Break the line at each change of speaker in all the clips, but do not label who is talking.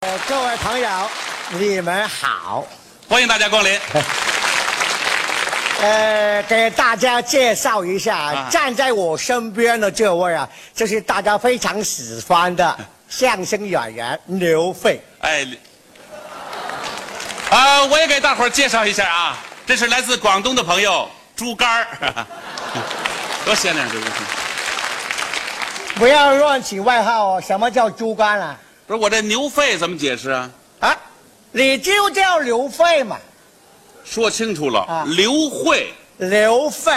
呃各位朋友，你们好。
欢迎大家光临。
呃，给大家介绍一下，
啊
站在我身边的这位啊，就是大家非常喜欢的相声演员刘飞。
哎，啊，我也给大伙儿介绍一下啊，这是来自广东的朋友猪肝儿， 多鲜亮这个东西。
不要乱起外号哦，什么叫猪肝啊？
不是我这牛肺怎么解释啊？
啊，你就叫刘飞嘛，
说清楚了，
啊
刘慧
刘飞，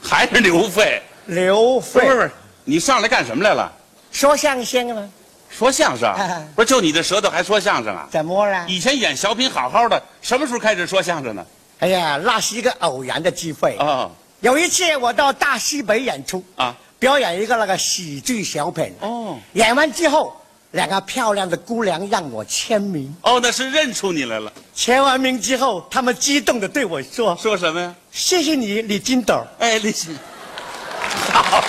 还是刘肺？
刘
不是不是，不
飞，
是你上来干什么来了？
说相声吗？
说相声
啊？
不是就你的舌头还说相声啊？
怎么了？
以前演小品好好的，什么时候开始说相声呢？
哎呀，那是一个偶然的机会。
啊
有一次我到大西北演出，
啊，
表演一个那个喜剧小品。
哦
演完之后，两个漂亮的姑娘让我签名，
哦，那是认出你来了。
签完名之后，她们激动的对我说
说什么呀？：“
谢谢你，李金斗。
哎，李欣，好，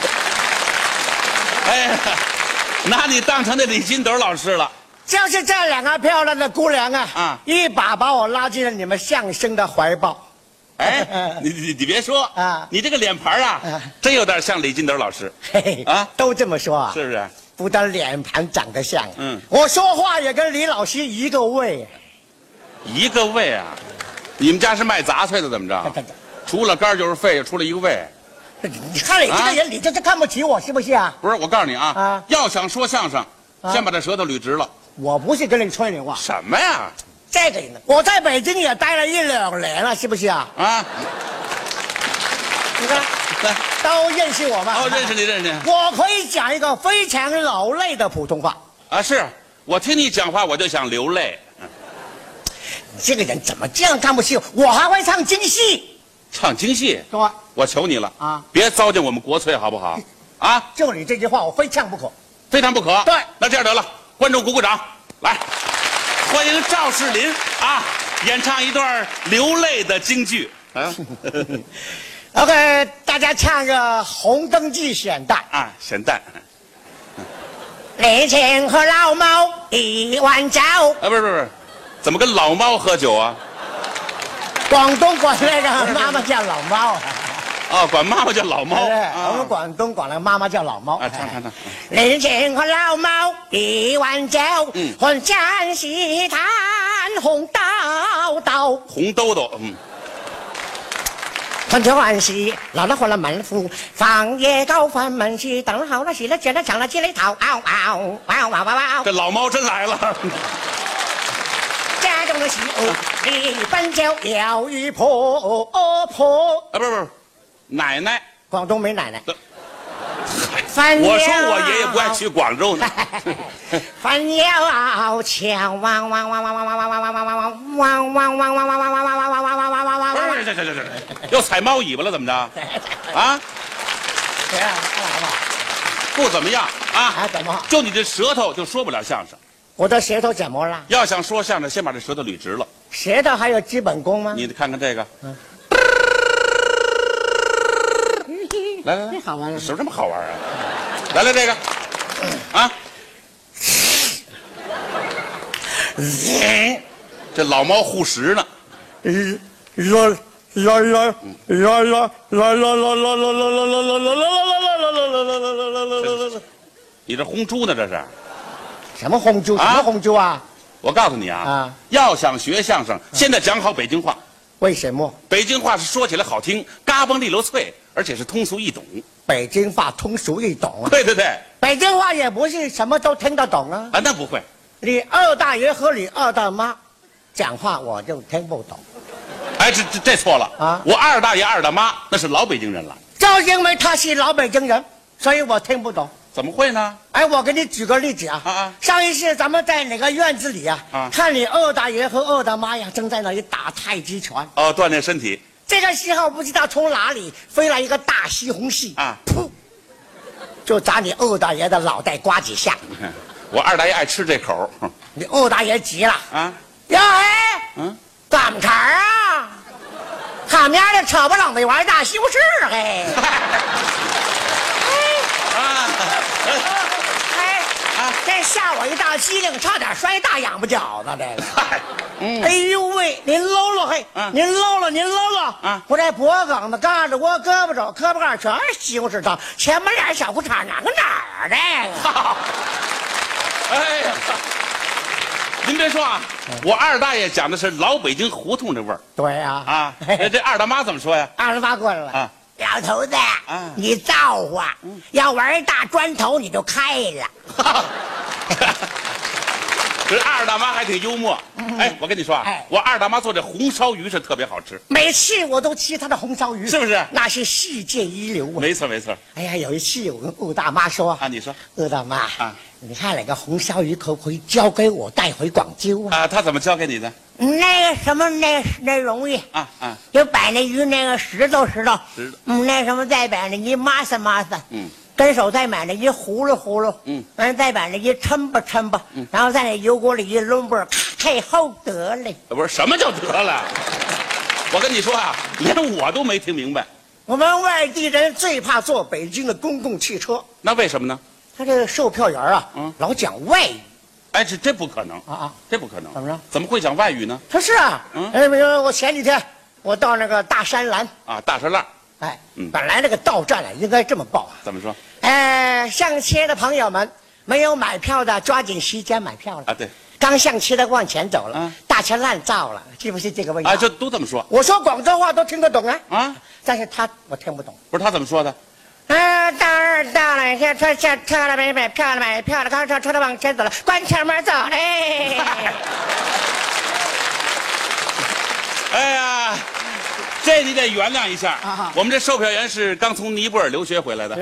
哎，拿你当成那李金斗老师了。”
就是这两个漂亮的姑娘啊，
啊
一把把我拉进了你们相声的怀抱。
哎，你你你别说
啊
你这个脸盘啊
啊，
真有点像李金斗老师，
嘿嘿
啊
都这么说啊，
是不是？
不但脸盘长得像，
嗯
我说话也跟李老师一个味。
一个胃啊，你们家是卖杂碎的，怎么
哎
着？除了肝儿就是肺，除了一个胃。
你看你这个人，你这是看不起我是不是啊？
不是，我告诉你啊，
啊
要想说相声，
啊
先把这舌头捋直了。
我不是跟你吹牛啊，
什么呀？
这个人，我在北京也待了一两年了，是不是啊？
啊，
你看，啊
来，
都认识我吗？
哦，认识。你，认识你
我可以讲一个非常老泪的普通话。
啊！是我听你讲话，我就想流泪。
你这个人怎么这样看不起我？我还会唱京戏，
唱京戏，
是吧？
我求你了
啊！
别糟践我们国粹好不 好？啊，
就你这句话，我非唱不可。
非常不可。
对
那这样得了，观众鼓鼓掌，来，欢迎赵世林啊，演唱一段流泪的京剧。啊
OK，大家唱个《红灯记》选段。
啊，咸蛋
李青和老猫一碗粥，
啊，不是不是不是，怎么跟老猫喝酒啊？
广东管那个妈妈叫老猫啊。
哦，管妈妈叫老猫。
对不对
啊
我们广东管那个妈妈叫老猫。
啊唱唱唱
人情和老猫一碗酒，
嗯
混江西滩红豆豆，
红兜兜，嗯，
混着碗西，老了混了满腹，放夜高翻满西，等了好了洗了卷了抢了鸡了逃，嗷嗷嗷嗷嗷嗷
这，老猫真来 了。啊
家中的媳妇一般就有一婆婆，
啊，不是不是，奶奶，
广东没奶奶
对。
翻
我说
了
我爷啊哎爷不爱去广州呢。
翻了桥，汪汪汪汪汪汪汪汪汪汪汪汪汪汪汪汪汪汪汪汪汪汪汪汪
不是，
汪
不是，不是，不是，又踩猫尾巴了，怎么着？啊，不怎么样啊
啊，？怎么？
就你这舌头就说不了相声。
我的舌头怎么了？
要想说相声，先把这舌头捋直了。
舌头还有基本功吗？
你看看这个，来来来，
好玩
什么这么好玩啊？来来这个，啊，这老猫护食呢，你这轰猪呢？这是，
什么红珠？什么红珠啊？
我告诉你啊嗯
啊，
要想学相声，先得讲好北京话。
为什么
北京话是说起来好听，嘎嘣利落脆，而且是通俗易懂。
北京话通俗易懂啊？
对对对，
北京话也不是什么都听得懂啊。
啊，那不会，
你二大爷和你二大妈讲话我就听不懂，
哎，这这这错了
啊
我二大爷二大妈那是老北京人了，
就因为他是老北京人，所以我听不懂。
怎么会呢？
哎，我给你举个例子啊，
啊啊
上一次咱们在哪个院子里啊，
啊
看你二大爷和二大妈呀正在那里打太极拳，
哦，锻炼身体，
这个时候不知道从哪里飞来一个大西红柿
啊
噗，就砸你二大爷的脑袋瓜几下，
我二大爷爱吃这口哼
你二大爷急了，
啊，
哟嘿，
嗯，
怎么茬儿啊？他们家的扯不冷没玩大西红柿嘿。
啊，
哎，这吓我一大机灵，差点摔大仰巴饺子。这个，
嗨，嗯，
哎呦喂，您搂搂嘿，
嗯
您搂搂，您搂搂，
嗯
我这脖梗子、胳肢窝、胳膊肘、胳膊盖儿全是西红柿汤，前面俩小裤衩哪个哪儿的？
好。哎呀，您别说啊，我二大爷讲的是老北京胡同的味儿
对呀、啊，
啊。那这二大妈怎么说呀？
二十八过来了。
啊
老头子，
嗯
你造化，要玩大砖头你就开了。
哈，这二大妈还挺幽默。哎，我跟你说啊
哎，
我二大妈做这红烧鱼是特别好吃。
每次我都吃他的红烧鱼，
是不是
那是世界一流啊！
没错没错
哎呀，有一次我跟顾大妈说，
啊，你说
顾大妈，
啊
你看那个红烧鱼可不可以交给我带回广州啊？
啊，她怎么教给你的？
那个什么，那那容易，
啊啊，
就摆那鱼那个石头石头，
石头
嗯，那什么再摆那一抹撒抹撒，
嗯，
跟手再买那一呼噜呼噜，
嗯，
完了再摆那一抻吧抻吧，然后在那油锅里一抡吧，太好得嘞。
不是什么叫得了？我跟你说啊，连我都没听明白，
我们外地人最怕坐北京的公共汽车，
那为什么呢？
他这个售票员啊，
嗯
老讲外语
哎，这这不可能，
啊啊。
这不可能。
怎么着？
怎么会讲外语呢？
他是啊，
嗯
哎，比如说我前几天我到那个大山栏，
啊，大栅栏
哎，
嗯
本来那个到站啊应该这么报啊，
怎么说？
呃，上车的朋友们，没有买票的抓紧时间买票了
啊，对，
刚上车的往前走了，
嗯
大桥烂造了，是不是这个味道？
啊，这都这么说
我说广州话都听得懂啊，
啊？
但是他我听不懂。
不是他怎么说的？
啊，到了到了，下车下车了，没买票了，买票了，刚上车的往前走了，关前门走嘞。
哎呀，这你得原谅一下。
啊
我们这售票员是刚从尼泊尔留学 回来的。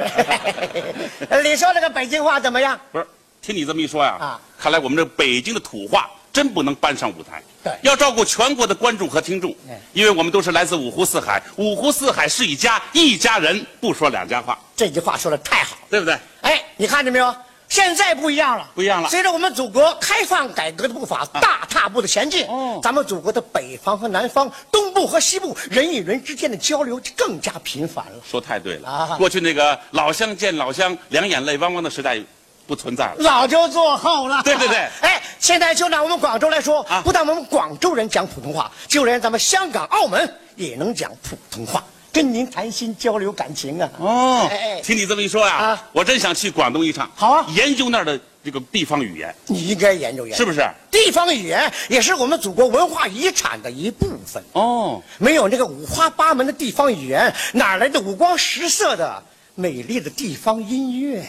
你说那个北京话怎么样？
不是，听你这么一说呀，
啊
看来我们这北京的土话真不能搬上舞台。
对
要照顾全国的观众和听众
哎，
因为我们都是来自五湖四海，五湖四海是一家，一家人不说两家话，
这句话说的太好了。
对不对？
哎，你看见没有？现在不一样了，
不一样了啊
随着我们祖国开放改革的步伐，大踏步的前进，
哦
咱们祖国的北方和南方、东部和西部，人与人之间的交流就更加频繁了。
说太对了。
啊
过去那个老乡见老乡，两眼泪汪汪的时代，不存在了。
早就落后了，
对对 对
哎，现在就拿我们广州来说，
啊
不但我们广州人讲普通话，就连咱们香港、澳门也能讲普通话，跟您谈心交流感情啊。
哦
哎哎
听你这么一说呀，
啊
我真想去广东一趟。
好啊
研究那儿的这个地方语言，
你应该研究研究，
是不是？
地方语言也是我们祖国文化遗产的一部分。
哦，
没有那个五花八门的地方语言，哪来的五光十色的美丽的地方音乐呀？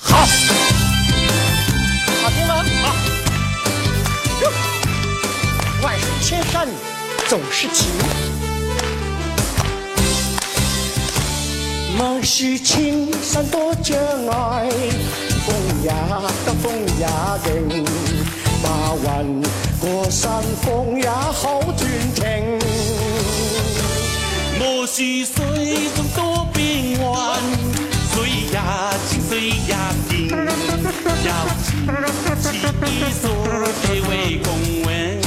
好，好听吗？好。哟万水千山总是情，莫是青山多障碍，風也得風也勁，白雲過山峰也好斷情。
我是水中多变幻，水呀清水呀静，要是一所地位公文。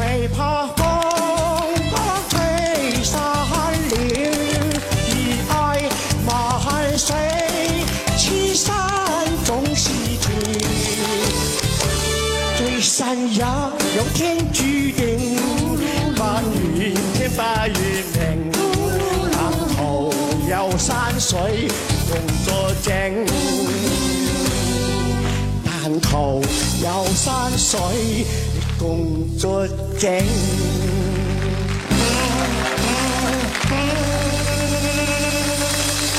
未怕風不吹散了，而愛萬世，此山總是情。最山也有天注定，萬語聽不越明。白途有山水共作證。但求有山水共作證。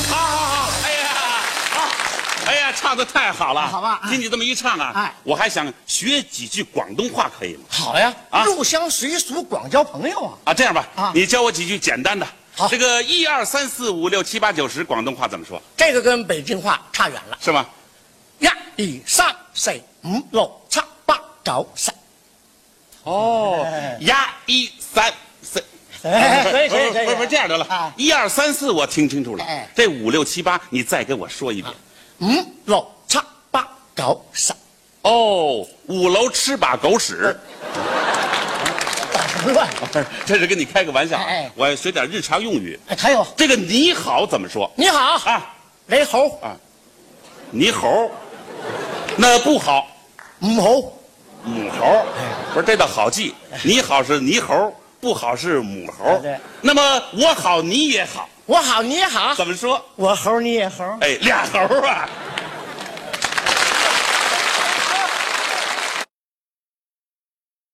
好好好，哎呀，好，哎呀，唱的太好了，
啊好吧
听你这么一唱啊，
哎
我还想学几句广东话，可以吗？
好呀，
啊
入乡随俗，广交朋友啊。
啊，这样吧，
啊
你教我几句简单的。
好
这个一二三四五六七八九十，广东话怎么说？
这个跟北京话差远了。
是吗？
一、二、三、四、五、六、七、八、九、十。
哦，呀，一三四。
哎可以可以可以
不是不是这样得了
啊，
一二三四我听清楚了
哎，啊
这五六七八你再给我说一遍。
五、六、七、八、九、十。
哦，五楼吃把狗屎，
打什么乱？
这是跟你开个玩笑啊
哎哎。
我学点日常用语，
哎，还有，
这个你好怎么说
你好，
啊？
雷猴，
你猴，那不好。
母嗯猴，
母猴，不是这倒好记。你好是猕猴，不好是母猴。
对
那么我好你也好，
我好你也好，
怎么说？
我猴你也猴，
哎，俩猴啊，